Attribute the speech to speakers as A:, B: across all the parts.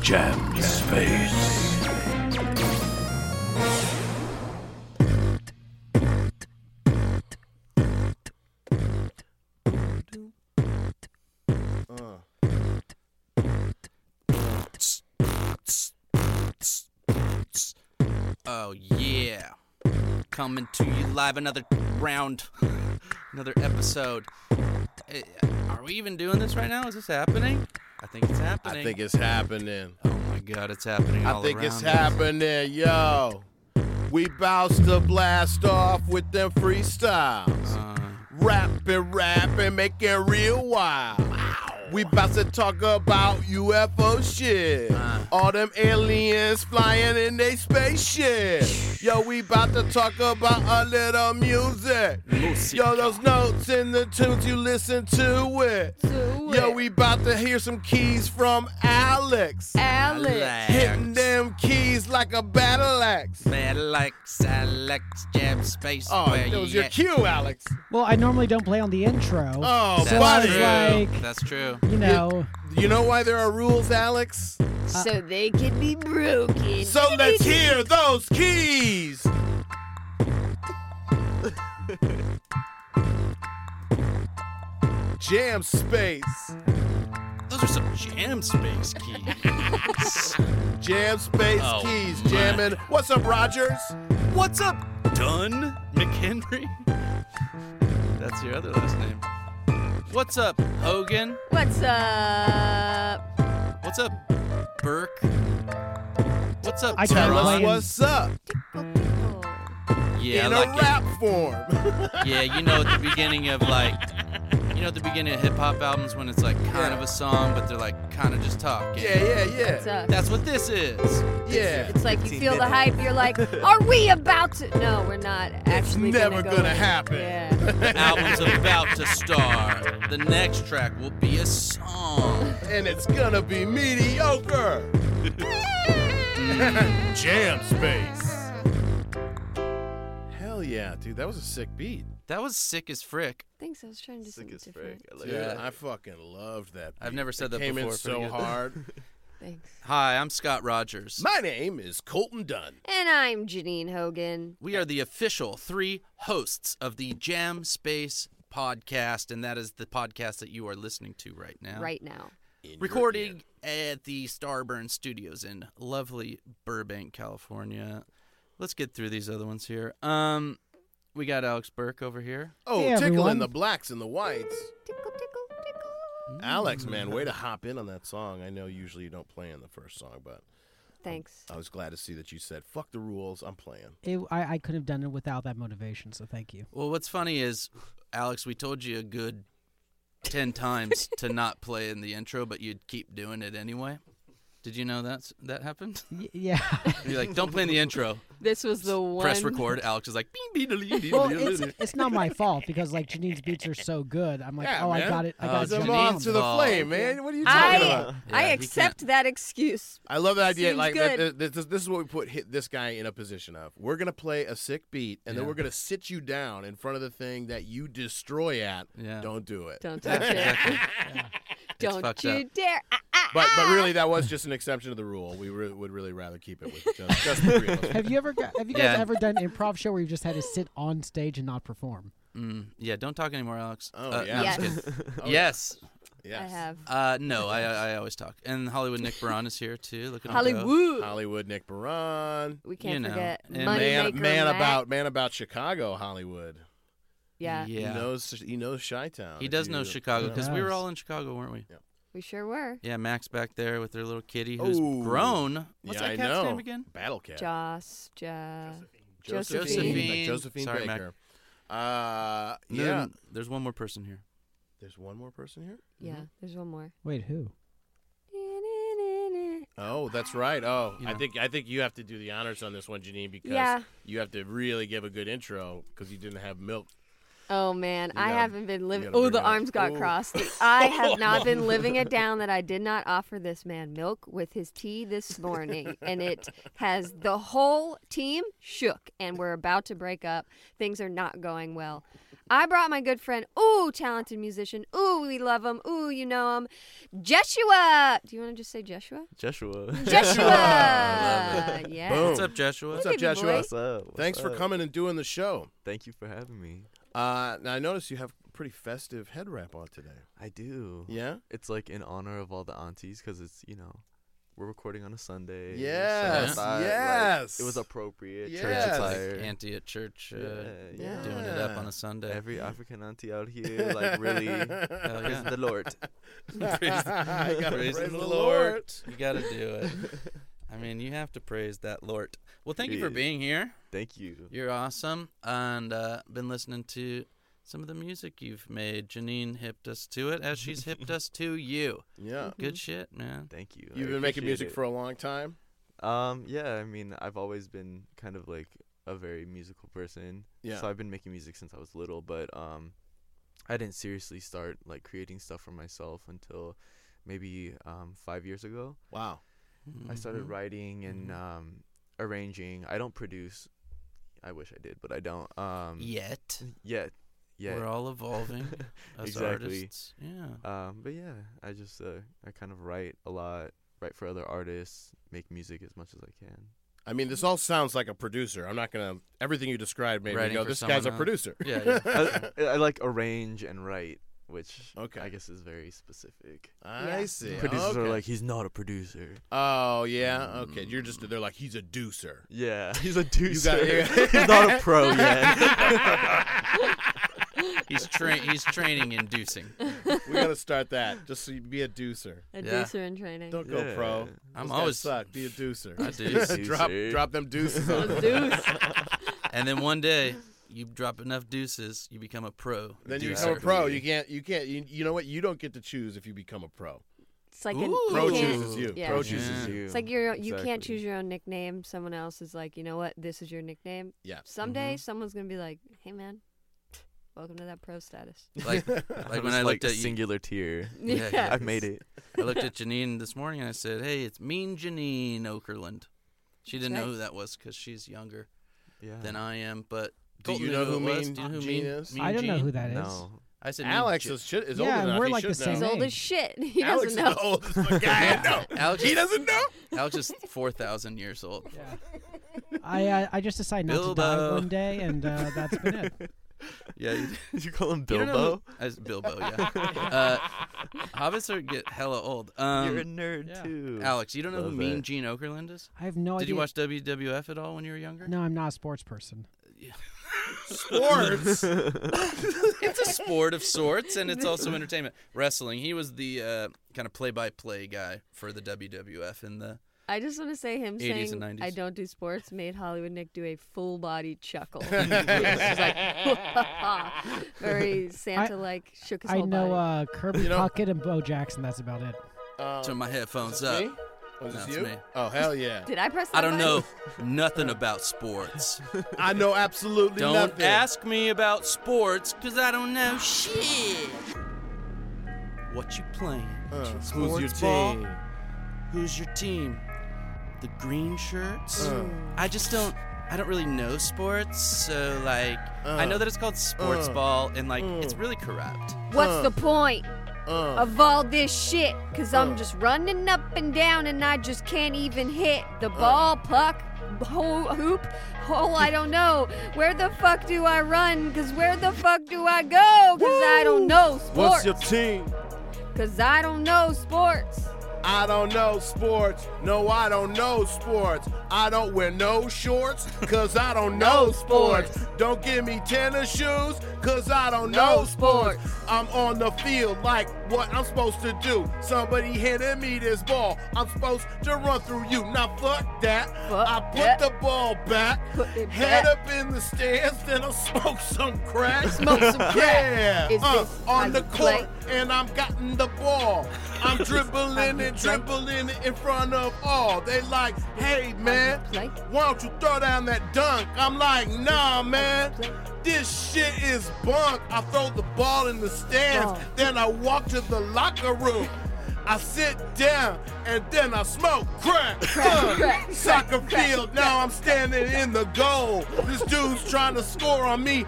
A: Jam Space.
B: Oh yeah. Coming to you live another round, another episode. Eh, Are we even doing this right now? Is this happening? I think it's happening.
C: I think it's happening.
B: oh my god, it's happening all
C: I think it's
B: around us.
C: happening, yo. We bounce to blast off with them freestyles.
B: Uh,
C: Rapping, rapping, make it real wild. We bout to talk about UFO shit. All them aliens flying in they spaceship. Yo, we bout to talk about a little music. Yo, those notes in the tunes, you listen to it. Yo, we bout to hear some keys from Alex.
D: Alex.
C: Hitting them keys like a battle axe.
B: Alex, Alex, Jam Space.
C: Oh,
B: where
C: that was
B: you
C: your
B: at?
C: cue, Alex.
E: Well, I normally don't play on the intro.
C: Oh,
B: That's
E: So I was
C: buddy.
B: true.
E: like-
B: That's true.
E: you know,
C: You know why there are rules, Alex?
D: So they can be broken.
C: So let's hear those keys. Jam space.
B: Those are some Jam Space keys.
C: Jam space
B: Oh,
C: keys.
B: my.
C: Jamming. What's up, Rogers?
B: What's up, Dunn McHenry? That's your other last name. What's up, Hogan?
D: What's up?
B: What's up, Burke? What's up,
E: I can't
C: Tell us
E: Ryan.
C: what's up
D: Tickle, tickle.
B: Yeah,
C: in
B: like
C: a
B: it.
C: rap form.
B: yeah, you know, at the beginning of like, you know, at the beginning of hip hop albums when it's like kind
C: Yeah.
B: of a song, but they're like kind of just talking.
C: yeah, yeah,
D: What's
C: yeah.
D: up?
B: That's what this is.
C: Yeah.
D: It's like you feel the hype. You're like, are we about to? No, we're not actually.
C: never
D: go
C: gonna
D: in.
C: happen.
D: Yeah.
B: The album's about to start. The next track will be a song.
C: and it's gonna be mediocre. Jam space. Hell yeah, dude, that was a sick beat.
B: That was sick as frick.
D: Thanks. I was trying to do something different.
C: Yeah, I fucking loved that.
B: I've
C: beat.
B: never said
C: It
B: that
C: came
B: before,
C: in
B: pretty
C: so
B: good.
C: hard.
D: Thanks.
B: Hi, I'm Scott Rogers.
C: My name is Colton Dunn.
D: And I'm Janine Hogan.
B: We are the official three hosts of the Jam Space podcast, and that is the podcast that you are listening to right now.
D: Right now.
C: in your ear.
B: Recording at the Starburn Studios in lovely Burbank, California. Let's get through these other ones here. Um, we got Alex Burke over here.
C: Oh,
E: Hey,
C: tickling
E: everyone.
C: the blacks and the whites.
D: Tickle, tickle, tickle.
C: Alex, man, way to hop in on that song. I know usually you don't play in the first song, but
D: Thanks.
C: I was glad to see that you said, fuck the rules, I'm playing.
E: it, I, I could have done it without that motivation, so thank you.
B: Well, what's funny is, Alex, we told you a good ten times to not play in the intro, but you'd keep doing it anyway. Did you know that's that happened?
E: Y- yeah.
B: You're like, don't play in the intro.
D: This was the one.
B: Press record. Alex is like, "Beep, beep, beep, beep,
E: well,
B: beep,
E: it's,
B: beep."
E: it's not my fault because like Janine's beats are so good. I'm like,
C: Yeah,
E: oh,
C: man. Uh,
E: I got it. I
B: Oh,
E: got
B: Janine's
E: it.
C: Come
E: Janine's
C: on
B: Janine's
C: to the
B: fault.
C: flame, man. What are you talking about?
D: I
B: Yeah,
D: I
B: he
D: accept
B: can't-
D: that excuse.
C: I love the idea.
D: Seems
C: like
D: good.
C: that- that- this, this is what we put hit this guy in a position of. We're gonna play a sick beat, and then
B: Yeah.
C: we're gonna sit you down in front of the thing that you destroy at.
B: Yeah.
C: Don't do it.
D: Don't touch it. Don't
B: fucked
D: you dare. Ah, ah,
C: But but
D: ah.
C: really, that was just an exception to the rule. We re- would really rather keep it with just, just the three of us.
E: Have you ever got, have you guys
B: Yeah.
E: ever done an improv show where you just had to sit on stage and not perform?
B: Mm, yeah, don't talk anymore, Alex.
C: Oh,
B: Uh,
C: yeah.
B: no, I'm just
D: Yes.
B: kidding.
C: Oh,
B: yes.
C: Yes.
D: I have.
B: Uh, no, I, I I always talk. And Hollywood Nick Baran is here too. Look at him go.
D: Hollywood.
C: Hollywood, Nick Baran,
D: We
B: you
D: can't
B: know,
D: forget
B: and
D: Moneymaker
C: man, man
D: Mac.
C: about man about Chicago, Hollywood.
D: Yeah,
C: He knows he knows Chi-Town.
B: He
C: If
B: does
C: you-
B: know Chicago because we
E: Yes.
B: were all in Chicago, weren't we?
D: we sure were.
B: Yeah, Max back there with their little kitty who's
C: Ooh.
B: grown. What's
C: yeah,
B: that
C: I
B: cat's
C: know.
B: name again?
C: Battle Cat.
D: Joss, ja,
C: Josephine.
B: Josephine.
C: Like Josephine
B: Sorry, Mac.
C: Baker. Uh,
B: And then
C: yeah.
B: There's one more person here.
C: There's one more person here.
D: yeah. There's one more.
E: Wait, who?
C: Oh, that's right. Oh,
B: You
C: I
B: know.
C: think I think you have to do the honors on this one, Janine, because
D: Yeah.
C: you have to really give a good intro because you didn't have milk.
D: Oh man,
C: You
D: I
C: gotta-
D: haven't been living.
C: gotta
D: Oh,
C: bring
D: the
C: it up.
D: arms got
C: Ooh.
D: crossed. I have not been living it down that I did not offer this man milk with his tea this morning, and it has the whole team shook, and we're about to break up. Things are not going well. I brought my good friend, ooh, talented musician, ooh, we love him, ooh, you know him, Jeshua. Do you want to just say Jeshua?
F: Joshua.
D: Jeshua. yeah.
C: Boom.
B: What's up, Joshua?
C: What's up,
D: Hey, baby
C: Joshua?
D: boy.
F: What's up? What's
C: Thanks for
F: up?
C: coming and doing the show.
F: Thank you for having me.
C: Uh, now I notice you have pretty festive head wrap on today.
F: I do.
C: Yeah.
F: It's like in honor of all the aunties because it's, you know, we're recording on a Sunday. so I
C: Yes,
F: thought, like,
C: yes.
F: it was appropriate.
C: Yes.
F: Church
B: It's like
F: attire.
B: auntie at church uh,
F: yeah.
B: doing it up on a Sunday.
F: Every African auntie out here, like, really.
B: Hell
F: praise
B: yeah.
F: the Lord.
B: Praise the-
C: I gotta
B: praise
C: praise
B: the
C: the
B: Lord. You got to do it. I mean, you have to praise that Lord. Well, thank you for
F: Yeah.
B: being here.
F: Thank you.
B: You're awesome, and uh, been listening to some of the music you've made. Janine hipped us to it, as she's hipped us to you.
C: Yeah.
B: Good shit, man.
F: Thank you. I
C: You've been making
F: appreciate
C: music
F: it.
C: for a long time.
F: Um, yeah, I mean, I've always been kind of like a very musical person.
C: Yeah.
F: So I've been making music since I was little, but um, I didn't seriously start like creating stuff for myself until maybe um five years ago.
C: Wow.
F: I started
B: Mm-hmm.
F: writing and um arranging. I don't produce. I wish I did, but I don't. Um,
B: Yet,
F: Yet. Yet.
B: we're all evolving as
F: Exactly.
B: artists. Yeah.
F: Um, but yeah, I just uh, I kind of write a lot, write for other artists, make music as much as I can.
C: I mean, this all sounds like a producer. I'm not gonna. Everything you described made
B: Writing
C: me go.
B: for
C: This guy's
B: someone
C: a
B: else."
C: producer.
B: Yeah. yeah.
F: I, I like arrange and write, which
C: Okay.
F: I guess is very specific.
C: I
D: Yeah.
C: see.
F: Producers
C: Okay.
F: are like, he's not a producer.
C: oh yeah, okay.
B: Mm.
C: You're just. They're like, he's a deucer.
F: Yeah, he's a deucer.
C: got it.
F: he's not a pro yet.
B: He's tra- he's training inducing.
C: we gotta start that. Just so you be a deucer.
D: A
B: Yeah.
D: deucer in training.
C: Don't go
F: Yeah.
C: pro.
B: I'm
C: Those guys
B: always-
C: suck. Be a deucer.
B: I deuce.
C: drop
F: Deucer.
C: drop them deuces. on them.
B: And then one day you drop enough deuces, you become a pro.
C: Then
B: deucer.
C: you become a pro. You can't. You can't. You, you know what? You don't get to choose if you become a pro.
D: It's like an,
B: Ooh.
D: you
C: Pro
D: can't-
C: chooses you.
D: Yeah.
F: Pro
B: Yeah.
F: chooses you.
D: It's like you're, you can't
F: Exactly.
D: choose your own nickname. Someone else is like, you know what? This is your nickname.
C: Yeah.
B: Mm-hmm.
D: Someday someone's gonna be like, hey man, welcome to that pro status.
B: Like,
F: I
B: like
F: was
B: when I looked
F: like
B: at you,
F: singular tier.
B: Yeah,
F: I've made it.
B: I looked at Janine this morning and I said, "Hey, it's Mean Janine Okerlund." She didn't know
D: That's right.
B: who that was because she's younger
F: Yeah.
B: than I am. But
C: Do
B: Colton
C: you
B: knew
C: Uh. know who
B: it was.
C: Mean
B: Do you know who
C: Gene
B: mean,
C: is?
B: Mean
E: I don't know
B: Gene?
E: who that is.
F: no.
B: I said Mean
C: Alex
B: Gene.
C: is shit is
E: Yeah,
C: old enough.
E: we're
C: he
E: like
C: should
E: the same
D: He's
C: know.
E: age.
D: old as shit. He
C: Alex
D: doesn't know.
C: is the oldest fucking guy I know.
B: Alex
C: He
B: is,
C: doesn't know.
B: Alex is four thousand years old.
E: I uh, I just decided not to die
B: Bilbo.
E: one day, and uh, that's been it.
B: Yeah, you,
F: You call him
B: you don't know
F: Bilbo?
B: who- as Bilbo, yeah. uh, hobbits are get hella old. Um,
F: You're a nerd
E: yeah.
F: too.
B: Alex, you don't know who
F: Love
B: Mean
F: that.
B: Gene Okerlund is?
E: I have no
B: Did
E: idea.
B: you watch WWF at all when you were younger?
E: No, I'm not a sports person.
C: Sports.
B: it's a sport of sorts, and it's also entertainment. Wrestling. He was the uh, kind of play-by-play guy for the WWF in the.
D: I just want to say him
B: 80s
D: saying
B: and
D: I
B: 90s.
D: don't do sports made Hollywood Nick do a full body chuckle. He's like, very Santa like, shook his
E: I
D: whole
E: know
D: body.
E: uh, Kirby
C: You know-
E: Puckett and Bo Jackson. That's about it.
C: Um,
B: Turn my headphones
C: me?
B: up.
C: Was
B: No,
C: this
B: it's
C: you?
B: me.
C: Oh hell
E: uh,
C: yeah!
D: Did I press? That
B: I don't know
D: button?
B: nothing about sports.
C: I know absolutely
B: Don't
C: nothing.
B: ask me about sports, cause I don't know shit. What you playing?
C: Uh, who's your
B: Sports ball?
C: team?
B: Who's your team? The green shirts?
C: Uh.
B: I just don't I don't really know sports, so like I
C: Uh.
B: know that it's called sports
C: Uh.
B: ball and like it's really corrupt.
D: What's
C: Uh.
D: the point
C: Uh,
D: of all this shit? Cause
C: Uh.
D: I'm just running up and down and I just can't even hit the
C: Uh.
D: ball, puck, ho- hoop, hole. I don't know. Where the fuck do I run? Cause where the fuck do I go? Cause I don't know sports.
C: what's your team?
D: Cause I don't know sports.
C: I don't know sports. No, I don't know sports. I don't wear no shorts cuz I don't know sports. Don't give me tennis shoes cuz I don't
D: No
C: know sports. I'm on the field like what I'm supposed to do. Somebody handed me this ball. I'm supposed to run through you. Now fuck that.
D: Fuck
C: I put
D: that.
C: the ball back.
D: Put it
C: head
D: back.
C: up in the stands then I smoke some crack.
D: Smoke some crack.
C: Yeah.
D: Is
C: uh,
D: this how
C: on the
D: you play?
C: court and I'm gotten the ball. I'm dribbling and dribbling it in front of all. They like, hey man,
D: play?
C: why don't you throw down that dunk? I'm like, nah man,
D: play?
C: this shit is bunk. I throw the ball in the stands,
D: Oh.
C: then I walk to the locker room. I sit down and then I smoke crack. Uh,
D: crack,
C: Soccer field, now I'm standing in the goal. This dude's trying to score on me.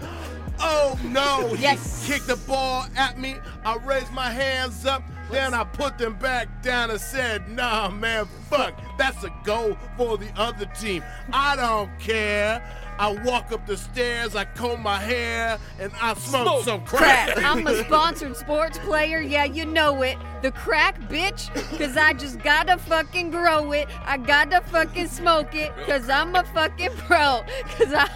C: Oh no! He
D: Yes.
C: kicked the ball at me. I raised my hands up, then I put them back down and said, Nah, man, fuck. That's a goal for the other team. I don't care. I walk up the stairs, I comb my hair, and I smoke, some crack.
D: Crack. I'm a sponsored sports player. Yeah, you know it. The crack, bitch. Cause I just gotta fucking grow it. I gotta fucking smoke it. Cause I'm a fucking pro. Cause I.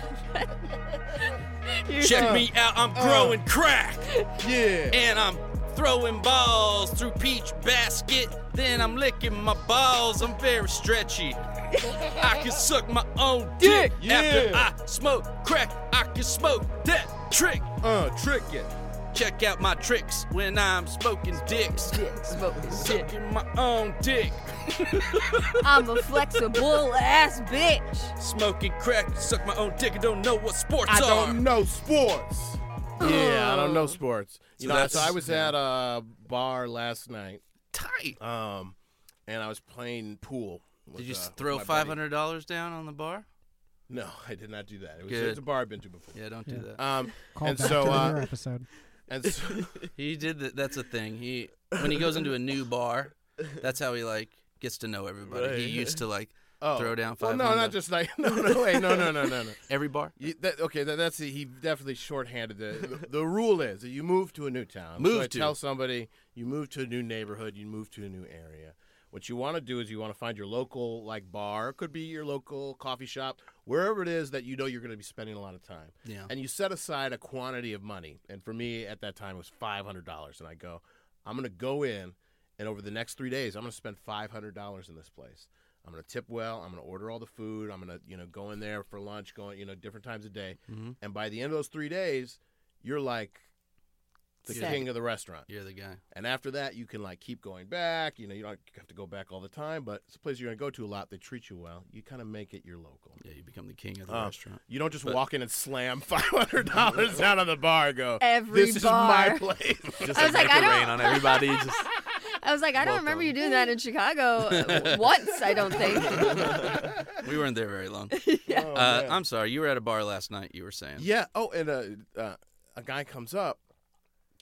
D: You-
B: Check me out, I'm growing crack.
C: Uh, Yeah.
B: And I'm throwing balls through peach basket. Then I'm licking my balls. I'm very stretchy. I can suck my own dick.
C: Yeah.
B: After I smoke crack, I can smoke that trick.
C: Uh, trick it.
B: Check out my tricks when I'm smoking dicks. Sucking my own dick.
D: I'm a flexible ass bitch.
B: Smoking crack, suck my own dick. I Oh. don't know what sports
C: I
B: are.
C: don't know sports. Yeah, I don't know sports. You
B: So
C: know, so
B: that's-
C: I was at a bar last night,
B: Tight.
C: um, and I was playing pool.
B: Did
C: with,
B: you
C: uh,
B: throw
C: my buddy.
B: five hundred dollars down on the bar?
C: No, I did not do that. It was
B: Good.
C: it's a bar I've been to before.
B: Yeah, don't do
E: Yeah.
B: that.
C: Um,
E: Call
C: And
E: back
C: so,
E: to
C: uh,
E: another episode.
C: and so,
B: He did that. That's a thing. He when he goes into a new bar, that's how he like gets to know everybody. He
F: Right.
B: used to like
C: oh.
B: throw down
C: Well,
B: five.
C: no, not just like no, no, wait, no, no, no, no, no.
B: every bar.
C: You, that, okay, that, that's he definitely shorthanded the, the. The rule is that you move to a new town.
B: Move
C: so I
B: to.
C: tell somebody you move to a new neighborhood, you move to a new area. What you want to do is you want to find your local like bar, could be your local coffee shop, wherever it is that you know you're going to be spending a lot of time.
B: Yeah.
C: And you set aside a quantity of money. And for me at that time it was five hundred dollars. And I go, I'm going to go in, and over the next three days I'm going to spend five hundred dollars in this place. I'm gonna tip well. I'm gonna order all the food. I'm gonna, you know, go in there for lunch, going, you know, different times a day.
B: Mhm.
C: And by the end of those three days, you're like the
D: Set.
C: king of the restaurant.
B: You're the guy.
C: And after that, you can like keep going back. You know, you don't have to go back all the time, but it's a place you're gonna go to a lot. They treat you well. You kind of make it your local.
B: Yeah, you become the king of the
C: Uh,
B: restaurant.
C: You don't just walk in and slam five hundred dollars down on the bar. And go.
D: Every
C: this
D: bar.
C: is my place.
F: Just
D: I was like,
F: make
D: I
F: it rain
D: don't-
F: on everybody. Just
D: I was like, I don't remember you doing that in Chicago uh, once. I don't think.
B: we weren't there very long.
C: Oh,
B: uh,
C: man.
B: I'm sorry. You were at a bar last night. You were saying.
C: Yeah. Oh, and uh, uh, a guy comes up.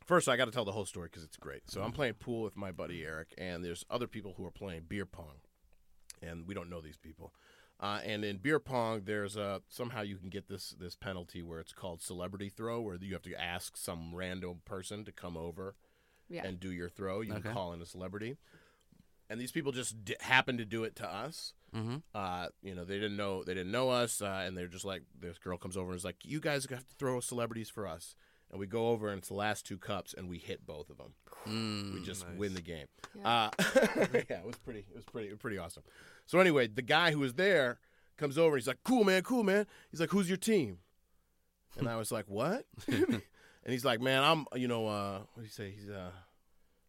C: First, I got to tell the whole story because it's great. So I'm playing pool with my buddy Eric, and there's other people who are playing beer pong, and we don't know these people. Uh, and in beer pong, there's a somehow you can get this this penalty where it's called celebrity throw, where you have to ask some random person to come over
D: Yeah.
C: and do your throw. You
B: Okay.
C: can call in a celebrity, and these people just d- happen to do it to us
B: Mm-hmm.
C: uh, you know, they didn't know they didn't know us, uh, and they're just like this girl comes over and is like, "You guys have to throw celebrities for us," and we go over and it's the last two cups, and we hit both of them.
B: Mm.
C: We just win the game. Uh, yeah, it was pretty. It was pretty. Pretty awesome. So anyway, the guy who was there comes over. He's like, "Cool man, cool man." He's like, "Who's your team?" And I was like, "What?" and he's like, "Man, I'm you know uh, what do you say? He's uh,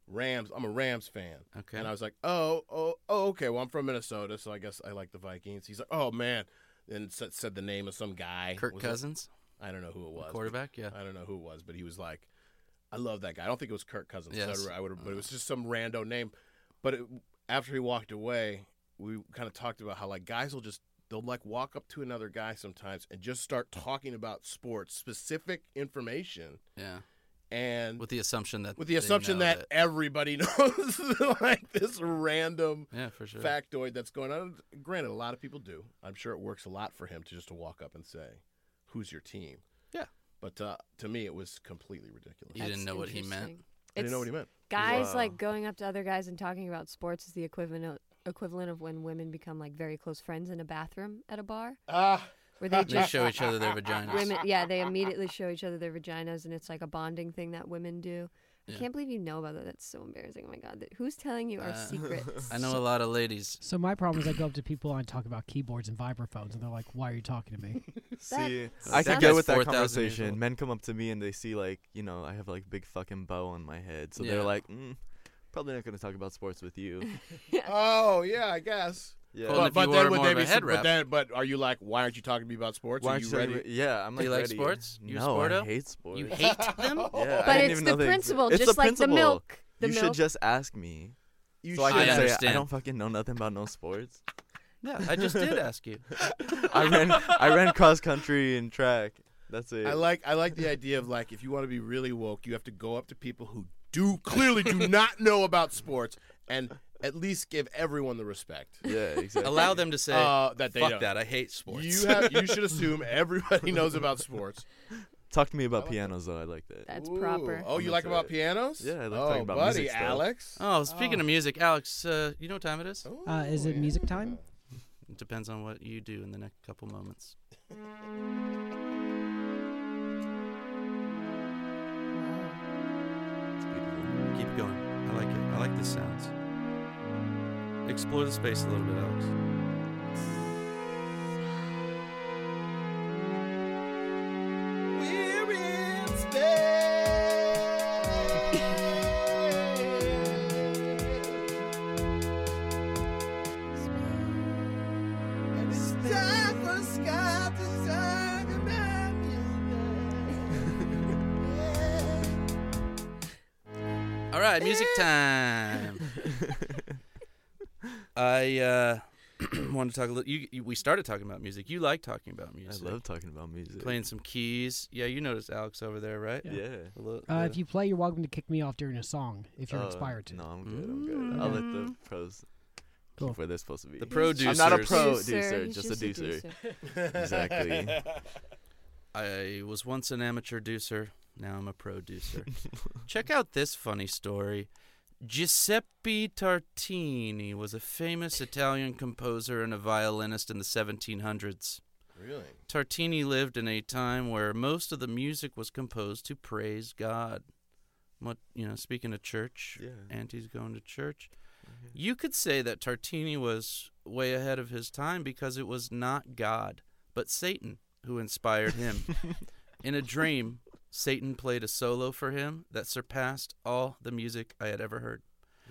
C: Rams. I'm a Rams fan."
B: Okay.
C: And I was like, oh, oh, oh, okay. Well, I'm from Minnesota, so I guess I like the Vikings. He's like, oh man, and said, said the name of some guy.
B: Kirk
C: Was it-
B: Cousins,
C: I don't know who it was.
B: quarterback. Yeah.
C: I don't know who it was, but he was like, I love that guy. I don't think it was Kirk Cousins.
B: Yes.
C: So I would, but it was just some rando name. But it, after he walked away, we kind of talked about how like guys will just they'll like walk up to another guy sometimes and just start talking about sports specific information
B: Yeah.
C: and
B: With the assumption that.
C: with the
B: they
C: assumption
B: know
C: that, everybody knows like this random
B: Yeah, for sure.
C: factoid that's going on. Granted, a lot of people do. I'm sure it works a lot for him to just to walk up and say, "Who's your team?"
B: Yeah.
C: But uh, to me, it was completely ridiculous.
B: You didn't know what he meant?
D: interesting.
C: I didn't know
D: It's-
C: what he meant.
D: Guys
F: Wow.
D: like going up to other guys and talking about sports is the equivalent of, equivalent of when women become like very close friends in a bathroom at a bar,
C: Ah,
D: where they
B: They
D: just
B: show each other their vaginas.
D: women yeah they immediately show each other their vaginas and it's like a bonding thing that women do.
B: Yeah.
D: I can't believe you know about that. That's so embarrassing. Oh my god, That- who's telling you our
B: Uh,
D: secrets?
B: I know a lot of ladies.
E: So my problem is I go up to people and I talk about keyboards and vibraphones, and they're like, "Why are you talking to me?"
F: see.
D: That
F: I
B: sucks.
F: could go with
B: 4,000
F: that
B: years old.
F: conversation. Men come up to me and they see like you know I have like big fucking bow on my head, so
B: Yeah.
F: they're like, mm, probably not gonna talk about sports with you.
C: oh yeah, I guess.
F: Yeah.
B: Well, if you order more of a
C: be?
B: head
C: su-
B: wrap.
C: But then, but are you like, why aren't you talking to me about sports?
F: Why
C: are
F: aren't
C: you,
F: you talking
C: ready?
F: about- Yeah, I'm
B: Do
F: like.
B: you like
F: ready.
B: sports? You a
F: no,
B: sporto?
F: I hate sports.
B: You hate them?
D: but
F: Yeah, I didn't
D: it's
F: even
D: the
F: know they exi-
D: principle,
F: It's
D: just
F: the
D: like the
F: principle.
D: milk. The
F: you
D: milk.
F: should just ask me.
C: You
F: so I
B: should. I
F: can say I
B: understand.
F: don't fucking know nothing about no sports.
B: Yeah, I just did ask you.
F: I ran I ran cross country and track. That's it.
C: I like I like the idea of like if you want to be really woke, you have to go up to people who do clearly do not know about sports and at least give everyone the respect
F: yeah, exactly.
B: Allow them to say,
C: uh, that they
B: "Fuck
C: don't.
B: that! I hate sports."
C: You have you should assume everybody knows about sports.
F: Talk to me
C: I
F: about
C: like that.
F: pianos though. I like that.
D: That's
C: Ooh.
D: proper.
C: Oh, you
F: That's
C: like about
F: right.
C: pianos?
F: Yeah, I like
C: oh,
F: talking about
C: buddy,
F: music stuff.
C: Alex.
B: oh, speaking of
C: Oh.
B: music, Alex, uh, you know what time it is?
E: Uh, is it
C: yeah.
E: music time?
B: It depends on what you do in the next couple moments.
F: It's beautiful.
B: Keep it going. I like it. I like the sounds. Explore the space a little bit, Alex.
C: We're in space. And it's time for the sky to shine around you. Yeah.
B: All right, music time. I uh, want to talk a little. You, you, we started talking about music. You like talking about music.
F: I love talking about music.
B: playing some keys. Yeah, you noticed Alex over there, right?
F: Yeah.
B: A little-
E: Uh,
B: yeah.
E: If you play, you're welcome to kick me off during a song if you're
F: Uh,
E: inspired to.
F: No, I'm good. I'm good. I'll let the pros
E: Cool.
F: keep where they're supposed to be.
B: The producers.
F: I'm not a pro
D: He's
F: producer,
D: he's
F: just a deucer. exactly.
B: I was once an amateur deucer. Now I'm a producer. Check out this funny story. Giuseppe Tartini was a famous Italian composer and a violinist in the 1700s.
C: Really?
B: Tartini lived in a time where most of the music was composed to praise God. What you know, speaking of church,
F: Yeah.
B: Auntie's going to church. You could say that Tartini was way ahead of his time because it was not God, but Satan who inspired him. in a dream, Satan played a solo for him that surpassed all the music I had ever heard.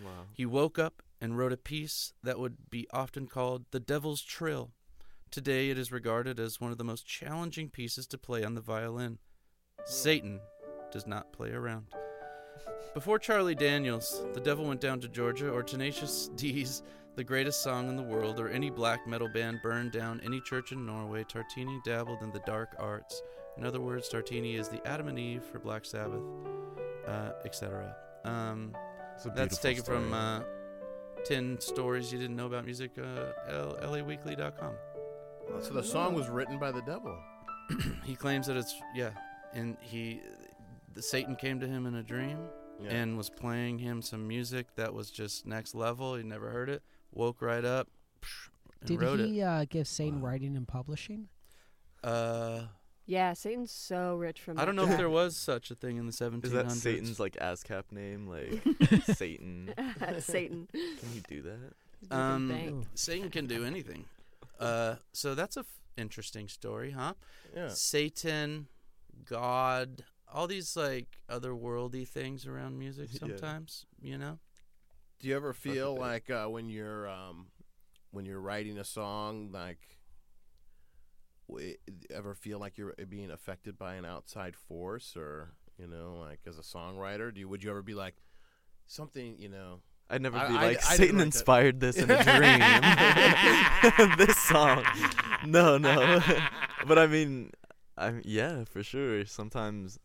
F: Wow.
B: He woke up and wrote a piece that would be often called The Devil's Trill. Today it is regarded as one of the most challenging pieces to play on the violin. Satan does not play around. Before Charlie Daniels, The Devil Went Down to Georgia, or Tenacious D's The Greatest Song in the World, or any black metal band burned down any church in Norway, Tartini dabbled in the dark arts. In other words, Tartini is the Adam and Eve for Black Sabbath, uh, etc. Um,
F: It's a
B: that's
F: beautiful
B: taken
F: story.
B: from uh, 10 stories you didn't know about music uh, L- laweekly.com
C: So the song was written by the devil.
B: he claims that it's yeah and he the satan came to him in a dream
C: Yeah.
B: and was playing him some music that was just next level he never heard it woke right up psh, and
E: Did
B: wrote
E: he uh, give Sane
F: Wow.
E: writing and publishing?
B: it uh,
D: Yeah, Satan's so rich from.
B: i don't
D: that
B: know if
D: guy.
B: there was such a thing in the 1700s
F: Is that Satan's like ASCAP name? Like Satan.
D: Satan.
F: Can you do that?
D: He's making
B: Um,
F: Oh.
D: bank.
B: satan can do anything uh, so that's a f- interesting story huh
C: Yeah.
B: Satan, God, all these like otherworldly things around music
F: Yeah.
B: sometimes, you know?
C: Do you ever feel
F: big.
C: like uh, when you're um, when you're writing a song, like w- ever feel like you're uh, being affected by an outside force, or you know, like as a songwriter, do you, would you ever be like something, you know?
F: I'd never
C: I-
F: be
C: I-
F: like
C: I didn't
F: Satan
C: like that.
F: inspired this in a dream. this song. No, no. but I mean, I mean, yeah, for sure. Sometimes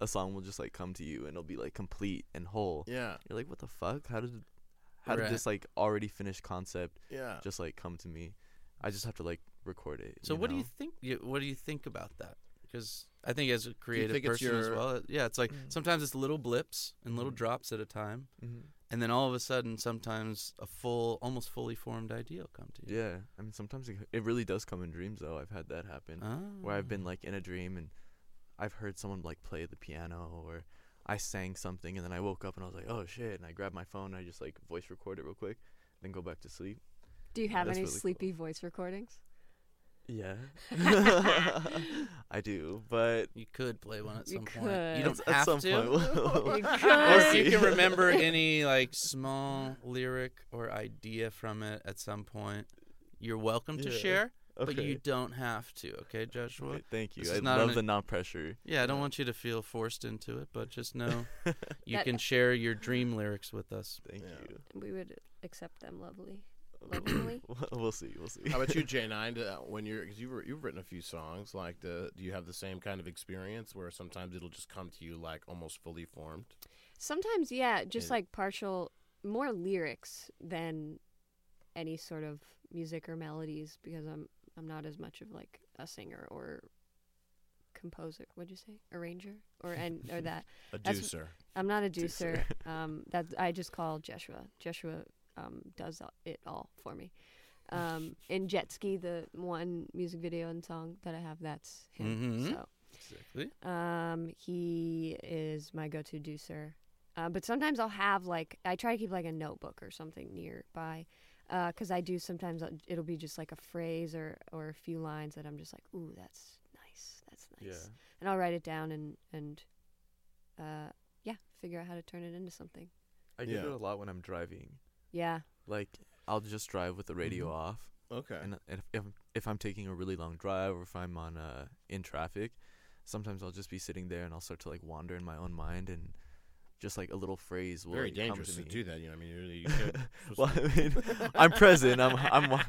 F: a song will just like come to you and it'll be like complete and whole.
C: Yeah,
F: You're like, what the fuck? How did how
B: Right.
F: did this like already finished concept
C: yeah.
F: just like come to me? I just have to like record it.
B: So what do you
F: know?
B: think you, what do you think about that? Because I think as a creative
C: think it's
B: person as
C: your-
B: well, it- yeah, it's like sometimes it's little blips and
F: Mm-hmm.
B: little drops at a time, and then all of a sudden, sometimes a full, almost fully formed idea will come to you.
F: Yeah, I mean sometimes it, it really does come in dreams though. I've had that happen
B: Ah.
F: where I've
B: Oh.
F: been like in a dream and I've heard someone like play the piano or I sang something and then I woke up and I was like, oh shit, and I grabbed my phone and I just like voice record it real quick, then go back to sleep.
D: Do you have
F: that's
D: any
F: really cool.
D: sleepy voice recordings?
F: Yeah, I do, but
B: You could play one at
D: You
B: some point. You
D: could.
B: don't
F: at
B: have
F: some
B: to.
F: point, we'll-
D: You
B: or
D: could.
B: if you
F: see.
B: can remember any like small lyric or idea from it at some point, you're welcome to
F: Yeah,
B: share, but
F: okay.
B: you don't have to. Okay, Joshua.
F: Okay, thank you.
B: This is
F: I
B: not
F: love
B: an-
F: the non pressure.
B: Yeah, I don't want you to feel forced into it, but just know you
D: That-
B: can share your dream lyrics with us.
F: Thank
C: Yeah.
F: you.
D: we would accept them, lovely. lovingly.
F: We'll- we'll see. We'll see.
C: How about you, J Nine? Uh, when you're because you've wr- you've written a few songs, like the, do you have the same kind of experience where sometimes it'll just come to you like almost fully formed?
D: Sometimes, yeah, just
C: Yeah.
D: like partial, more lyrics than any sort of music or melodies because I'm I'm not as much of like a singer or composer. What'd you say? Arranger or and or that.
C: A
D: That's-
C: deucer.
D: I'm not a
F: Deucer.
D: deucer. um, that I just call Joshua. Joshua um, does a- it all for me. Um, in Jet Ski, the one music video and song that I have, that's him.
B: Mhm.
D: So.
B: Exactly.
D: Um, he is my go-to deucer. Uh, but sometimes I'll have like I try to keep like a notebook or something nearby, because I do sometimes I'll- it'll be just like a phrase or or a few lines that I'm just like, ooh, that's nice, that's nice,
F: Yeah.
D: and I'll write it down and and uh, yeah, figure out how to turn it into something.
F: I get
C: Yeah.
F: it a lot when I'm driving.
D: Yeah,
F: Like I'll just drive with the radio
C: Mm-hmm.
F: off,
C: Okay.
F: and if, if if I'm taking a really long drive or if I'm on uh in traffic, sometimes I'll just be sitting there and I'll start to like wander in my own mind and just like a little phrase will
C: Very
F: like, come
C: dangerous to
F: me.
C: do that. You know, I mean, you're, you can't-
F: Well, I mean, I'm present. I'm I'm wa-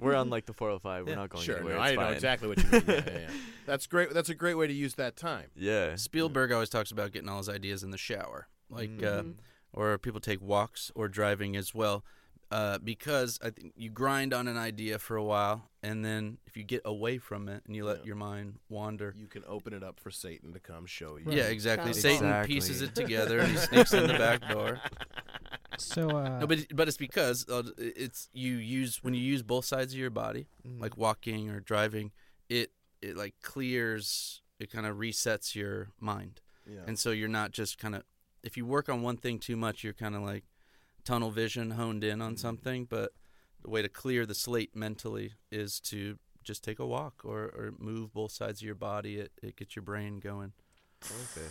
F: we're on like the 405. We're
C: Yeah,
F: not going
C: sure,
F: anywhere.
C: no,
F: it's
C: I know
F: fine.
C: exactly what you mean. Yeah, yeah, yeah. That's great. That's a great way to use that time.
F: Yeah.
B: Spielberg always talks about getting all his ideas in the shower, like, uh,
F: Mm-hmm.
D: Mhm.
B: or people take walks or driving as well, uh, because I think you grind on an idea for a while, and then if you get away from it and you let
C: Yeah.
B: your mind wander,
C: You can open it up for Satan to come show you.
B: yeah, exactly.
D: Sounds
B: Satan
F: fun.
B: pieces it
F: Exactly.
B: together and he sneaks in the back door.
E: So uh,
B: No, but it- but it's because uh, it's you use when you use both sides of your body, Mm,
F: Mm-hmm.
B: like walking or driving, it it like clears, it kind of resets your mind,
C: Yeah.
B: and so you're not just kind of if you work on one thing too much, you're kind of like tunnel vision honed in on something. But the way to clear the slate mentally is to just take a walk or, or move both sides of your body. It it gets your brain going.
F: Okay.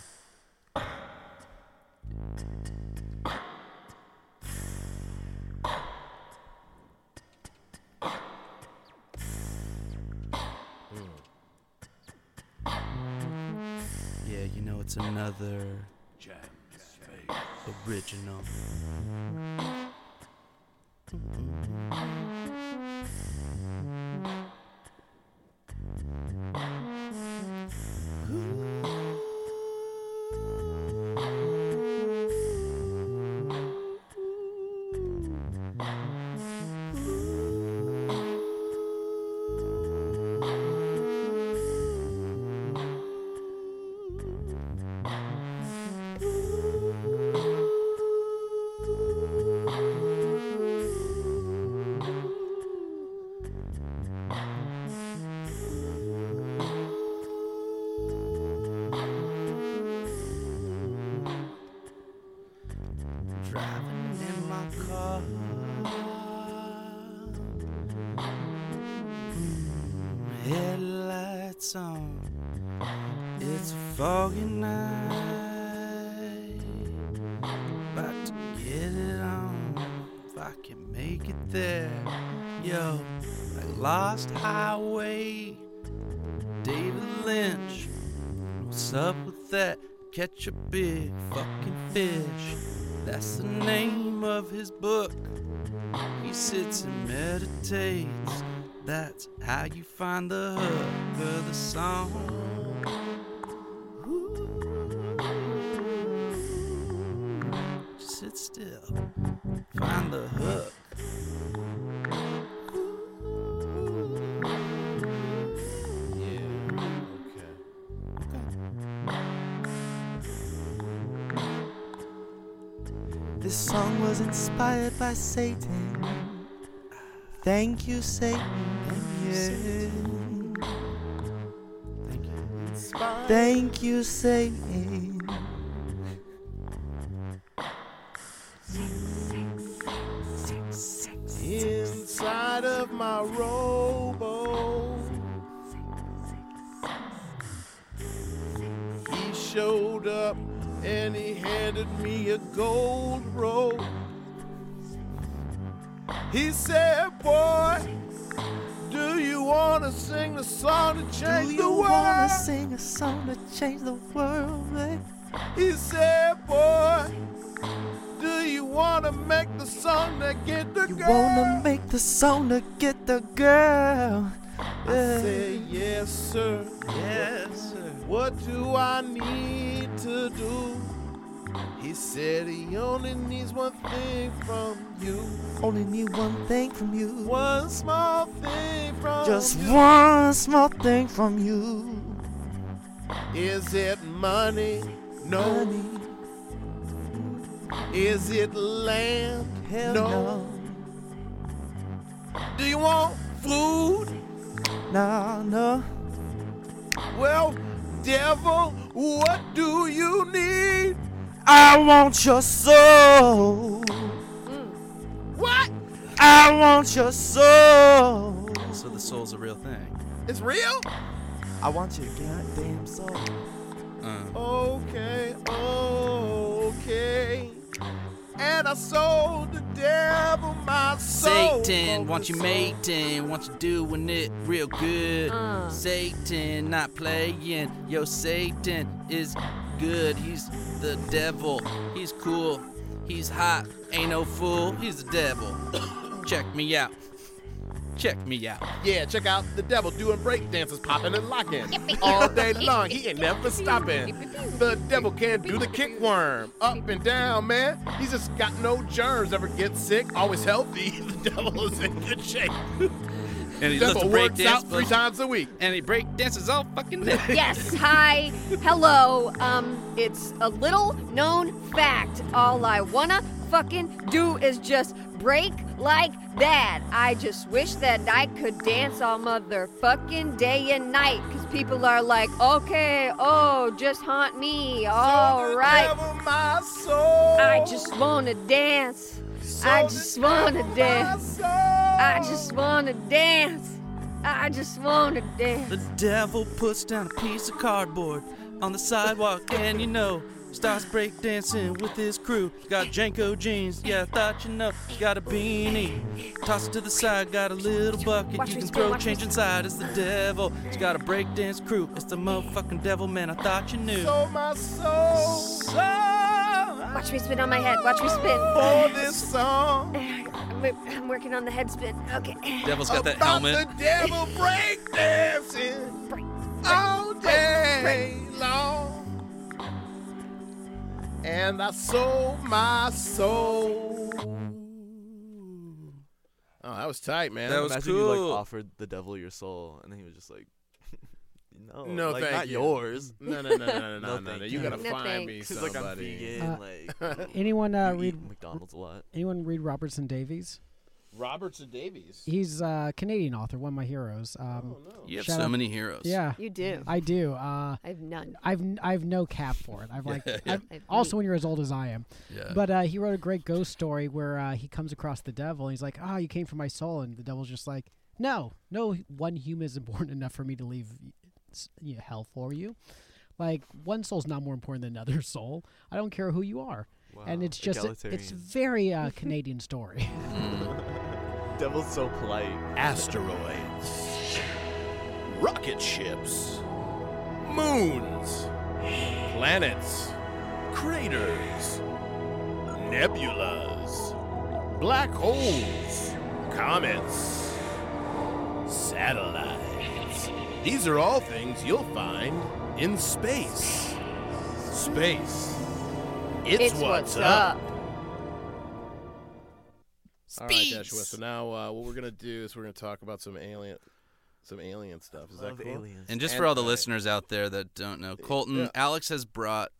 B: Yeah, you know it's another
A: Jam space.
B: original. Driving in my car. Headlights on. It's a foggy night. About to get it on. If I can make it there. Yo, like Lost Highway. David Lynch. What's up with that? Catch a big fucking fish. That's the name of his book. He sits and meditates. That's how you find the hook of the song. Ooh. Just sit still. Find the hook.
C: Yeah.
G: This song was inspired by Satan. Thank you, Satan. Yeah. Thank you, Satan.
C: Okay. Inside of my robo, he showed up and he handed me a gold rope. He said, "Boy, do you wanna sing the song to
G: Do
C: change the
G: you
C: world?"
G: wanna sing a song to change the world? babe?
C: He said, Boy, do you wanna make the song to get the
G: You
C: girl.
G: wanna make the song to get the girl.
C: I
G: Yeah.
C: say yes, sir.
B: Yes.
C: What do I need to do? He said he only needs one thing from you.
G: Only need one thing from you.
C: One small thing from
G: Just
C: you.
G: one small thing from you.
C: Is it money? No.
G: Honey,
C: Is it land?
G: hell
C: no.
G: no.
C: Do you want food?
G: No, no.
C: Well, devil, what do you need?
G: I want your soul.
C: What?
G: I want your soul.
B: So the soul's a real thing.
C: It's real?
G: I want your goddamn soul.
B: Uh,
C: Okay, okay. And I sold the devil my soul.
B: Satan, want you mating, want you doing it real good.
D: Uh.
B: Satan, not playing. Yo, Satan is good. He's the devil. He's cool. He's hot. Ain't no fool. He's the devil. Check me out. Check me out.
C: Yeah, check out the devil doing break dances, popping and locking. All day long, he ain't never stopping. The devil can do the kick worm. Up and down, man. He's just got no germs. Ever get sick, always healthy. The devil is in good shape.
B: And he
C: devil
B: break
C: works out three times a week.
B: And he break dances all fucking day.
D: Yes. Hi. Hello. Um, it's a little known fact. All I wanna fucking do is just break like that. I just wish that I could dance all motherfucking day and night. Cause people are like, okay, oh, just haunt me. All
C: Sold the
D: right.
C: devil my soul.
D: I just wanna dance. I
C: Sold the
D: just wanna
C: devil my
D: dance.
C: soul.
D: I just wanna dance. I just wanna dance.
B: The devil puts down a piece of cardboard on the sidewalk, and you know, starts breakdancing with his crew. Got Janko jeans, yeah, thought you know. Got a beanie, toss it to the side. Got a little bucket
D: Watch
B: you
D: me
B: can
D: spin,
B: throw
D: watch me
B: change inside. It's the devil. He's got a breakdance crew. It's the motherfucking devil, man. I thought you knew.
C: Sold my soul. Soul.
D: Watch me spin on my head. Watch me spin.
C: For this song.
D: I'm, I'm working on the head spin. Okay.
B: Devil's
C: about the devil break dancing all day long. And I sold my soul. Oh, that was tight, man.
B: That was
F: Imagine you
B: cool.
F: like offered the devil your soul, and then he was just like, "No,
C: No,
F: like,
C: thank
F: not
C: you.
F: yours."
C: no, no, no, no, no, no, no,
F: thank
C: no. You
F: you.
C: gotta
D: No,
C: find me
D: thanks.
F: He's like, "I'm
C: somebody.
F: vegan."
E: Uh,
F: like,
E: Anyone uh,
F: you
E: read
F: eat McDonald's a lot.
E: anyone read Robertson Davies?
C: Robertson Davies.
E: He's a Canadian author, one of my heroes. Um,
B: You have
E: Shut
B: so
E: up.
B: many heroes.
E: Yeah,
D: You do.
E: I do. Uh,
D: I have none.
E: I've n- I've no cap for it. I've like I've,
D: I've
E: also
D: me-
E: when you're as old as I am.
B: Yeah.
E: But uh, he wrote a great ghost story where uh, he comes across the devil and he's like, "Ah, you came for my soul," and the devil's just like, "No, no one human is important enough for me to leave s- you know, hell for you. Like one soul's not more important than another soul. I don't care who you are." and
F: Wow,
E: it's just a- it's
F: egalitarian.
E: very uh, Canadian story.
F: Devil's so polite.
C: asteroids, rocket ships, moons, planets, craters, nebulas, black holes, comets, satellites. These are all things you'll find in space. Space. It's, what's, up. All right, Dashua. So now uh, what we're gonna do is we're gonna talk about some alien, some alien stuff. Is that
F: Love
C: cool?
F: aliens.
B: And just
C: And
B: for all the
C: I-
B: listeners out there that don't know, Colton,
C: yeah.
B: Alex has brought.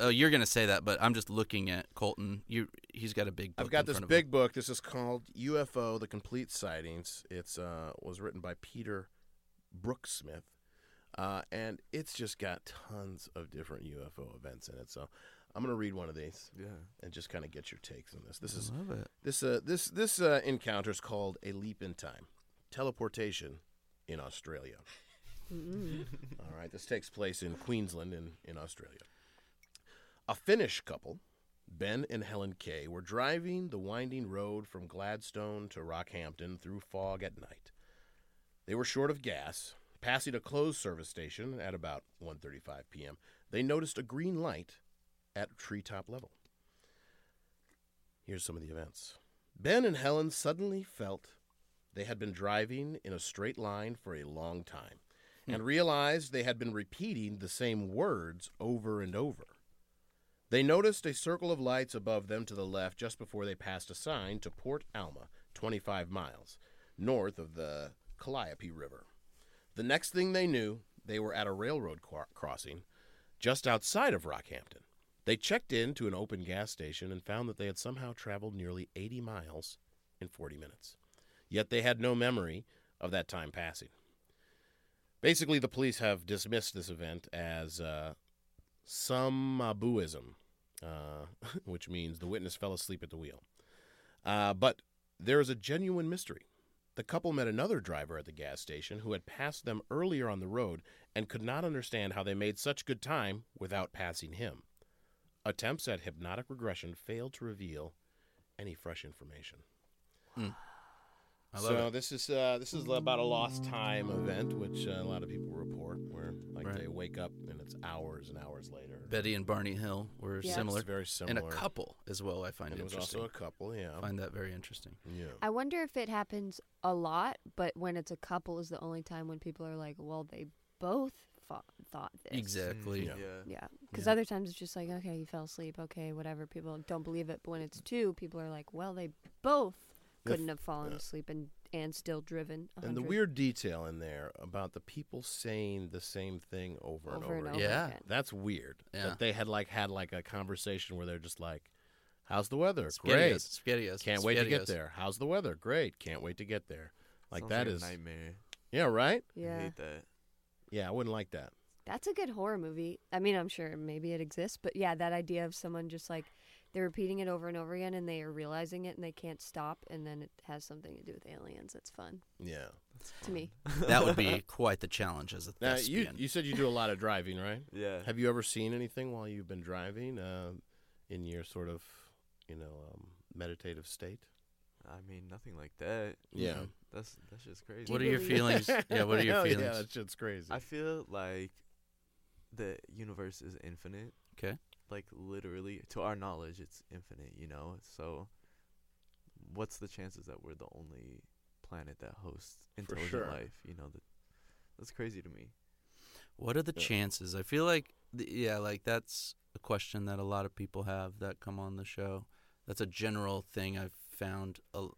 B: Oh, you're gonna say that, but I'm just looking at Colton. You, he's got a big. Book
C: I've got
B: in
C: this
B: front of
C: big
B: him.
C: book. This is called UFO: The Complete Sightings. It's uh, was written by Peter Brooksmith, uh, and it's just got tons of different UFO events in it. So I'm gonna read one of these
F: yeah.
C: and just kind of get your takes on this. This is
B: Love it.
C: This uh, this this uh, encounter is called a leap in time, teleportation in Australia. All right, this takes place in Queensland in, in Australia. A Finnish couple, Ben and Helen Kay, were driving the winding road from Gladstone to Rockhampton through fog at night. They were short of gas. Passing a closed service station at about 1:35 p.m., they noticed a green light at treetop level. Here's some of the events. Ben and Helen suddenly felt they had been driving in a straight line for a long time and realized they had been repeating the same words over and over. They noticed a circle of lights above them to the left just before they passed a sign to Port Alma, 25 miles north of the Calliope River. The next thing they knew, they were at a railroad qua- crossing just outside of Rockhampton. They checked in to an open gas station and found that they had somehow traveled nearly 80 miles in 40 minutes. Yet they had no memory of that time passing. Basically, the police have dismissed this event as uh, some abuism, uh, which means the witness fell asleep at the wheel. Uh, but there is a genuine mystery. The couple met another driver at the gas station who had passed them earlier on the road and could not understand how they made such good time without passing him. Attempts at hypnotic regression failed to reveal any fresh information.
B: Hmm. I love
C: So this is uh, this is about a lost time event, which uh, a lot of people report, where like
B: Right.
C: they wake up and it's hours and hours later.
B: it. Betty and Barney Hill were
D: Yeah.
B: similar.
C: It's very
B: And
C: similar.
B: a couple as well, I find
C: And it was
B: interesting.
C: also a couple, yeah.
B: I find that very interesting.
C: Yeah.
D: I wonder if it happens a lot, but when it's a couple is the only time when people are like, well, they both fo- thought this.
B: Exactly.
F: Mm, Yeah.
D: Yeah. Because
B: Yeah.
D: other times it's just like, okay, you fell asleep. Okay, whatever. People don't believe it. But when it's two, people are like, well, they both
C: The f-
D: couldn't have fallen
C: yeah.
D: asleep and, and still driven. a
C: And the
D: hundred
C: weird detail in there about the people saying the same thing over, and over. again.
B: Yeah.
D: again.
C: That's weird.
B: Yeah.
C: That they had like had like a conversation where they're just like, "How's the weather? Great.
B: Spaghettios. Spaghettios.
C: Can't wait to
B: spaghettios.
C: get there. How's the weather? Great. Can't wait to get there." Like
F: Sounds
C: that
F: a
C: is
F: nightmare.
C: yeah, right?
F: I
D: Yeah.
F: hate that.
C: Yeah, I wouldn't like that.
D: That's a good horror movie. I mean, I'm sure maybe it exists, but yeah, that idea of someone just like they're repeating it over and over again and they are realizing it and they can't stop and then it has something to do with aliens. It's fun
C: Yeah.
D: to me.
B: That would be quite the challenge as a
C: Now
B: thespian.
C: you you said you do a lot of driving, right?
F: Yeah.
C: Have you ever seen anything while you've been driving uh, in your sort of, you know, um, meditative state?
F: I mean, nothing like that.
C: Yeah.
B: Mhm.
F: That's that's just crazy.
B: what are your feelings? Yeah, what are your
C: Hell
B: feelings?
C: Oh, Yeah, that shit's crazy.
F: I feel like the universe is infinite.
B: 'Kay.
F: Like literally, to our knowledge, it's infinite. You know, so what's the chances that we're the only planet that hosts intelligent
C: sure.
F: life? You know, that that's crazy to me.
B: What are the
C: Yeah.
B: chances? I feel like, th- yeah, like that's a question that a lot of people have that come on the show. That's a general thing I've found a,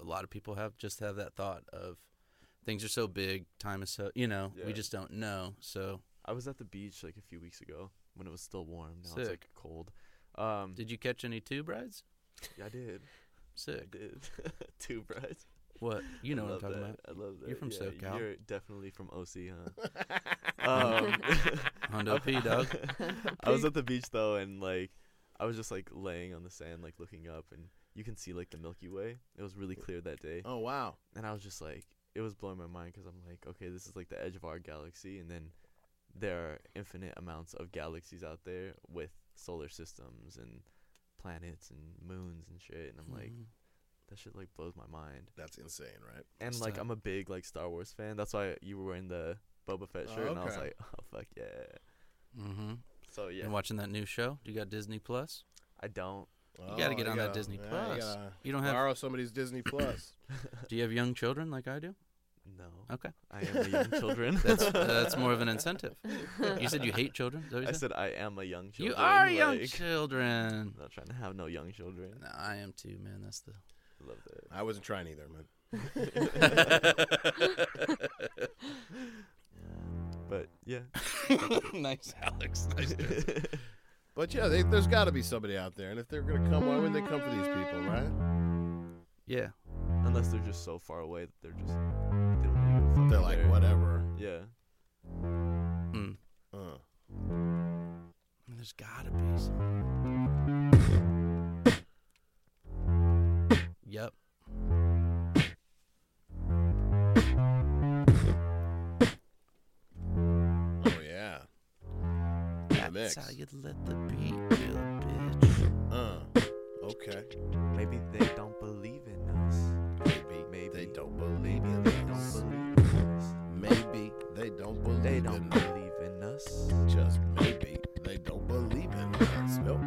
B: a lot of people have just have that thought of things are so big, time is so, you know, we
F: Yeah.
B: just don't know. So,
F: I was at the beach like a few weeks ago when it was still warm. Now it's like
B: Sick.
F: cold.
C: Mm.
F: Um,
B: did you catch any tube rides?
F: yeah, I did. I
B: Sick.
F: did. Two brides.
B: What? You
F: I
B: know what I'm
F: love
B: talking
F: that.
B: about.
F: I love that.
B: You're from
F: yeah,
B: SoCal.
F: You're definitely from OC, huh? um,
B: Hondo P, dog.
F: I was at the beach though, and like I was just like laying on the sand, like looking up, and you can see like the Milky Way. It was really clear that day,
C: oh wow.
F: and I was just like, it was blowing my mind because I'm like, okay, this is like the edge of our galaxy, and then there are infinite amounts of galaxies out there with solar systems and planets and moons and shit, and I'm like,
B: Mm-hmm.
F: that shit like blows my mind.
C: That's insane, right?
F: And
B: It's
F: like
B: tight.
F: I'm a big like Star Wars fan. That's why you were wearing the Boba Fett
C: Oh,
F: shirt, and I was
C: okay.
F: like, oh fuck yeah.
B: Mm-hmm.
F: So yeah,
B: And watching that new show? Do you got Disney Plus?
F: I don't.
B: You gotta get on that Disney Plus. You don't have?
C: Borrow somebody's Disney Plus.
B: Do you have young children like I do?
F: No.
B: Okay,
F: I am a young children.
B: that's uh, that's more of an incentive. You said you hate children. Is that what you
F: I
B: said?
F: said I am a young
B: You
F: children.
B: are young
F: like,
B: children.
F: I'm not trying to have no young children.
B: No, I am too, man. That's the.
F: Love that.
C: I wasn't trying either, man.
F: But yeah.
B: nice, Alex. Nice.
C: But yeah, they, there's got to be somebody out there, and if they're gonna come, why would they come for these people, right?
B: yeah.
F: Unless they're just so far away that they're just they don't really give a fuck
C: They're
F: if
C: like, whatever.
F: Yeah.
B: Mm.
C: Uh.
B: There's gotta be some. Yep.
C: Oh yeah. The
B: That's
C: mix.
B: how you let the beat kill, bitch.
C: Uh. Okay.
F: Maybe they don't believe in us.
C: Maybe,
F: Maybe.
C: they don't
F: Maybe
C: believe in
F: they don't
C: us.
F: believe in us.
C: Maybe they don't believe
F: They don't
C: in us.
F: believe in us.
C: Just maybe they don't believe in us. Nope.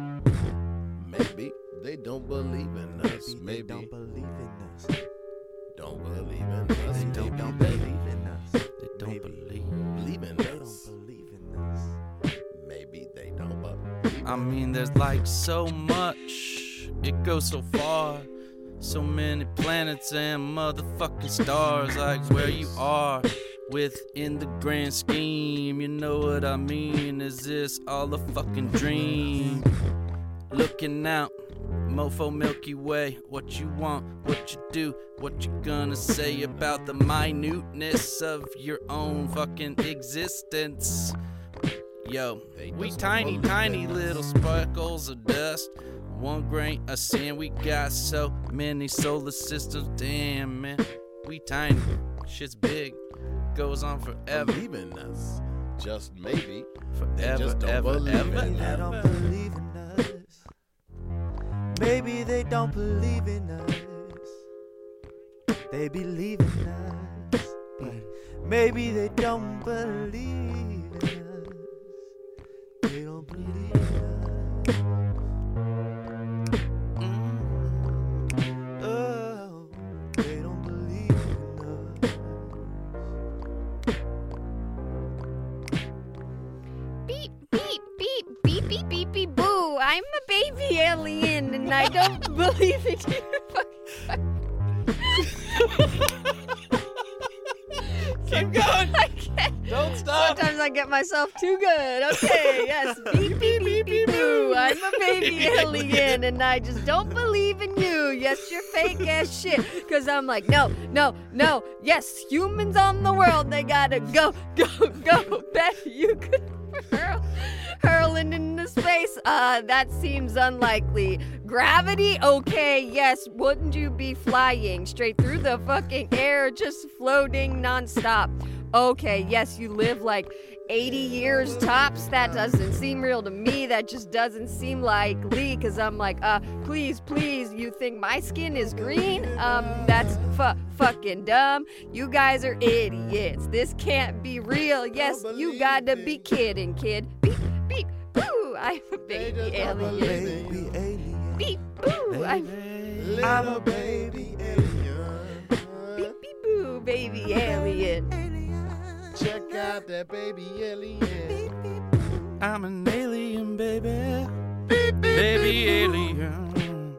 C: Maybe they don't believe in Don't believe in us.
G: They
C: Don't,
G: don't
C: believe,
G: believe in us.
B: They don't believe.
C: believe in
G: They
C: us.
G: don't believe in us.
C: Maybe they don't, but
B: I mean, there's like so much. It goes so far. So many planets and motherfucking stars. Like where you are within the grand scheme. You know what I mean? Is this all a fucking dream? Looking out. Mofo Milky Way, what you want, what you do, what you gonna say about the minuteness of your own fucking existence. Yo, we tiny, tiny little sparkles of dust. One grain of sand, we got so many solar systems. Damn, man, we tiny. Shit's big, goes on forever,
C: believe in us. Just maybe.
B: forever,
C: just don't
B: ever,
C: believe
B: ever,
C: in
G: They
B: ever.
G: don't believe in us. Maybe they don't believe in us. They believe in us. But maybe they don't believe in us. They don't believe in us. Mm. Oh, they don't believe in us.
D: Beep, beep, beep, beep, beep, beep, beep, boo. I'm a baby alien and I don't believe in you. Keep going. I can't. Don't stop. Sometimes I get myself too good. Okay, yes. Beep, beep, beep, beep, boo. I'm a baby alien and I just don't believe in you. Yes, you're fake ass shit. Because I'm like, no, no, no. Yes, humans on the world, they gotta go, go, go. Bet you could hurl, hurling into space. Uh, that seems unlikely. Gravity? Okay, yes. Wouldn't you be flying straight through the fucking air, just floating nonstop? Okay, yes, you live like 80 years tops. That doesn't seem real to me. That just doesn't seem likely. Cause I'm like, uh, please, please, you think my skin is green? Um, that's fu- fucking dumb. You guys are idiots. This can't be real. Yes, you gotta be kidding, kid. Beep, beep, boo. I'm a baby alien.
G: Baby alien.
D: Beep, boo. I'm
G: I'm a baby
D: beep, beep, boo, baby alien.
G: alien.
C: Check out that baby alien.
B: I'm an alien, baby. baby alien.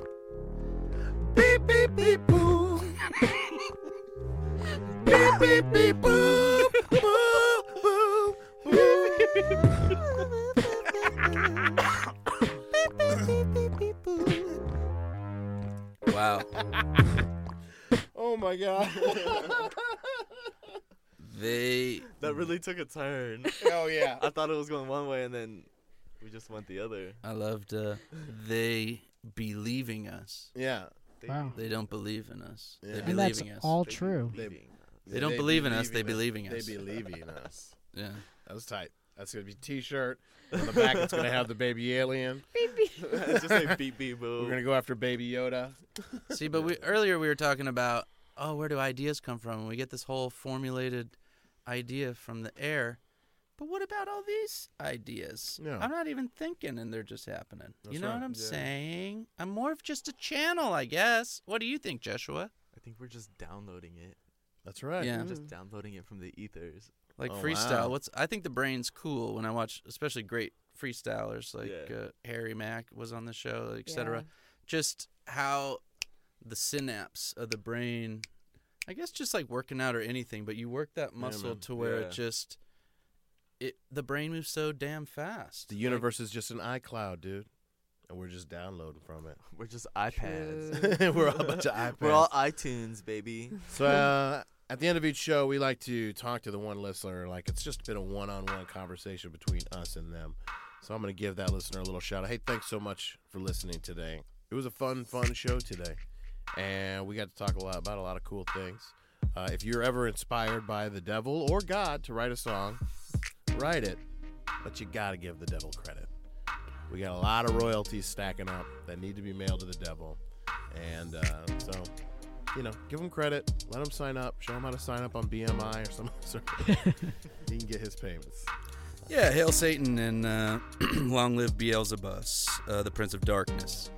G: Beep, beep, beep, boo. beep, beep, beep, boo. Boo, boo, boo. Beep, beep, beep, beep, beep, boo.
B: Wow.
C: Oh my god.
B: They
F: That really took a turn.
C: oh yeah.
F: I thought it was going one way, and then we just went the other.
B: I loved uh, they believing us.
C: Yeah.
E: Wow.
B: They don't believe in us.
C: Yeah.
B: They're
C: And
E: And that's
B: believing us.
E: all true.
F: Leaving.
B: They don't believe in us, they believe in us.
C: They believe in us.
B: yeah.
C: That was tight. That's gonna be T-shirt. On the back, it's gonna have the baby alien.
D: Beep, beep.
F: it's just like beep beep
C: We're
F: boo.
C: gonna go after Baby Yoda.
B: See, but we earlier we were talking about oh, where do ideas come from? And we get this whole formulated idea from the air. But what about all these ideas?
C: Yeah.
B: I'm not even thinking, and they're just happening. you
C: That's
B: know
C: right.
B: what I'm
F: Yeah.
B: saying? I'm more of just a channel, I guess. What do you think, Joshua?
F: I think we're just downloading it.
C: That's right.
B: Yeah.
F: We're just downloading it from the ethers.
B: like
C: Oh,
B: freestyle.
C: wow.
B: What's I think the brain's cool when I watch, especially great freestylers like
F: Yeah.
B: uh, Harry Mack was on the show, etc. Just how the synapse of the brain, I guess, just like working out or anything, but you work that muscle
F: man.
B: to where
F: Yeah.
B: it just it the brain moves so damn fast.
C: The
B: Like,
C: universe is just an iCloud, dude, and we're just downloading from it.
F: We're just iPads.
C: we're all a bunch of iPads.
F: We're all iTunes, baby.
C: So uh, at the end of each show, we like to talk to the one listener. Like it's just been a one-on-one conversation between us and them. So I'm gonna give that listener a little shout out. Hey, thanks so much for listening today. It was a fun, fun show today, and we got to talk a lot about a lot of cool things. Uh, if you're ever inspired by the devil or God to write a song, write it. But you gotta give the devil credit. We got a lot of royalties stacking up that need to be mailed to the devil, and uh, so you know, give him credit, let him sign up, show him how to sign up on BMI or some sort. he can get his payments.
B: Yeah, hail Satan and uh, long live Beelzebus, uh, the Prince of Darkness.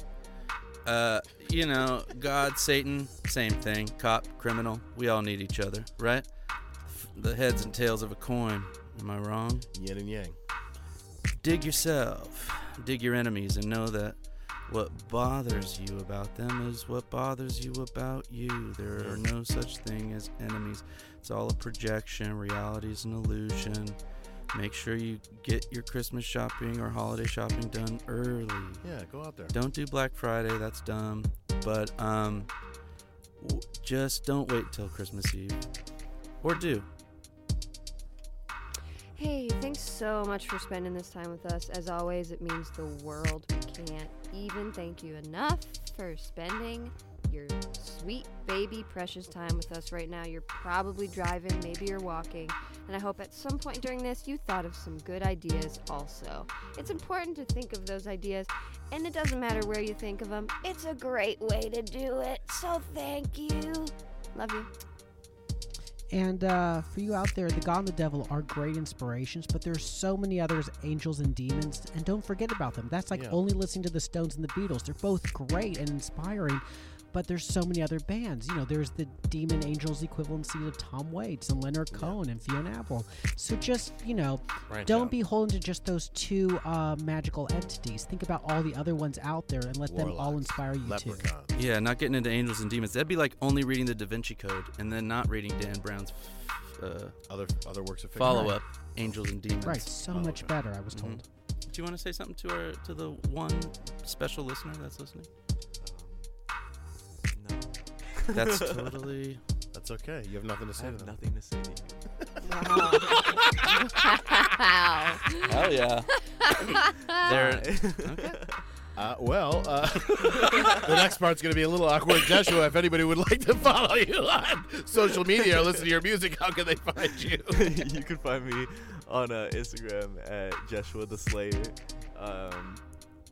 B: Uh, you know, God, Satan, same thing. Cop, criminal, we all need each other, right? F- The heads and tails of a coin. Am I wrong?
C: Yin and yang.
B: Dig yourself, dig your enemies, and know that what bothers you about them is what bothers you about you. There are no such thing as enemies. It's all a projection. Reality is an illusion. Make sure you get your Christmas shopping or holiday shopping done early.
C: Yeah, go out there.
B: Don't do Black Friday, that's dumb. But um w- just don't wait till Christmas Eve. Or do.
D: Hey, thanks so much for spending this time with us. As always, it means the world. We can't even thank you enough for spending your sweet baby precious time with us right now. You're probably driving, maybe you're walking, and I hope at some point during this you thought of some good ideas also. It's important to think of those ideas, and it doesn't matter where you think of them. It's a great way to do it. So thank you. Love you.
E: And uh, for you out there, the God and the Devil are great inspirations, but there's so many others, angels and demons, and don't forget about them. That's like
C: Yeah.
E: only listening to the Stones and the Beatles. They're both great and inspiring, but there's so many other bands. You know, there's the Demon Angels equivalencies of Tom Waits and Leonard Cohen and Fiona Apple. So just you know,
F: Branch
E: don't
F: out.
E: be holden to just those two uh, magical entities. Think about all the other ones out there and let them all
C: Warlocks,
E: inspire you too.
C: Leprechauns.
B: Yeah, not getting into angels and demons. That'd be like only reading the Da Vinci Code and then not reading Dan Brown's uh,
C: Other other works of fiction.
B: follow up, Angels and Demons.
E: Right, so much better. I was
C: Mm-hmm.
E: told.
B: Do you want to say something to our to the one special listener that's listening?
F: No,
B: That's totally
C: That's okay. You have nothing to
F: I
C: say to
F: have
C: them.
F: nothing to say to you.
D: Wow.
B: Hell yeah. there
C: Uh, well, uh, the next part's going to be a little awkward. Joshua, if anybody would like to follow you on social media or listen to your music, how can they find you?
F: you can find me on uh, Instagram at Joshua the Slayer. Um,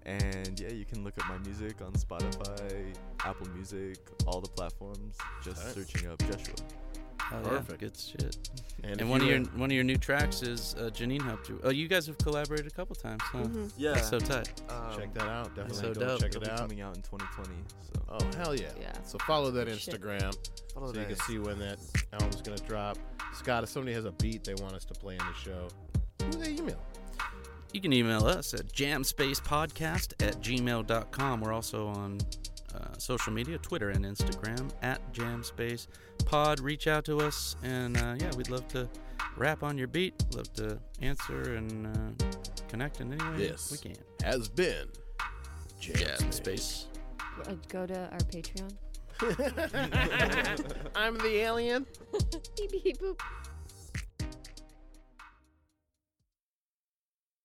F: and yeah, you can look up my music on Spotify, Apple Music, all the platforms. Just
C: Alright.
F: searching up Joshua.
B: Hell oh, yeah,
C: Perfect.
B: Good shit.
C: And, if
B: And one of
C: you
B: your
C: were-
B: one of your new tracks is uh, Janine helped you. Oh, you guys have collaborated a couple times, huh?
D: Mm-hmm.
F: Yeah.
B: That's so tight.
F: um,
C: check that out. Definitely
B: so
C: go
B: dope.
C: check
F: it'll
C: it
F: be
C: out.
F: coming out in 2020. So
C: Oh hell yeah!
D: Yeah.
C: So follow that
D: Good shit.
C: Instagram
F: follow
C: so you can
F: that.
C: see when that album's going to drop. Scott, if somebody has a beat they want us to play in the show, who do they email?
B: You can email us at jamspacepodcast at gmail.com. We're also on uh, social media, Twitter and Instagram at jamspacepod. Reach out to us, and uh, yeah, we'd love to rap on your beat. Love to answer and uh, connect in any way
C: This
B: we can.
C: has been Jam,
D: Uh, Go to our Patreon.
C: I'm the alien.
D: Beep, beep, boop.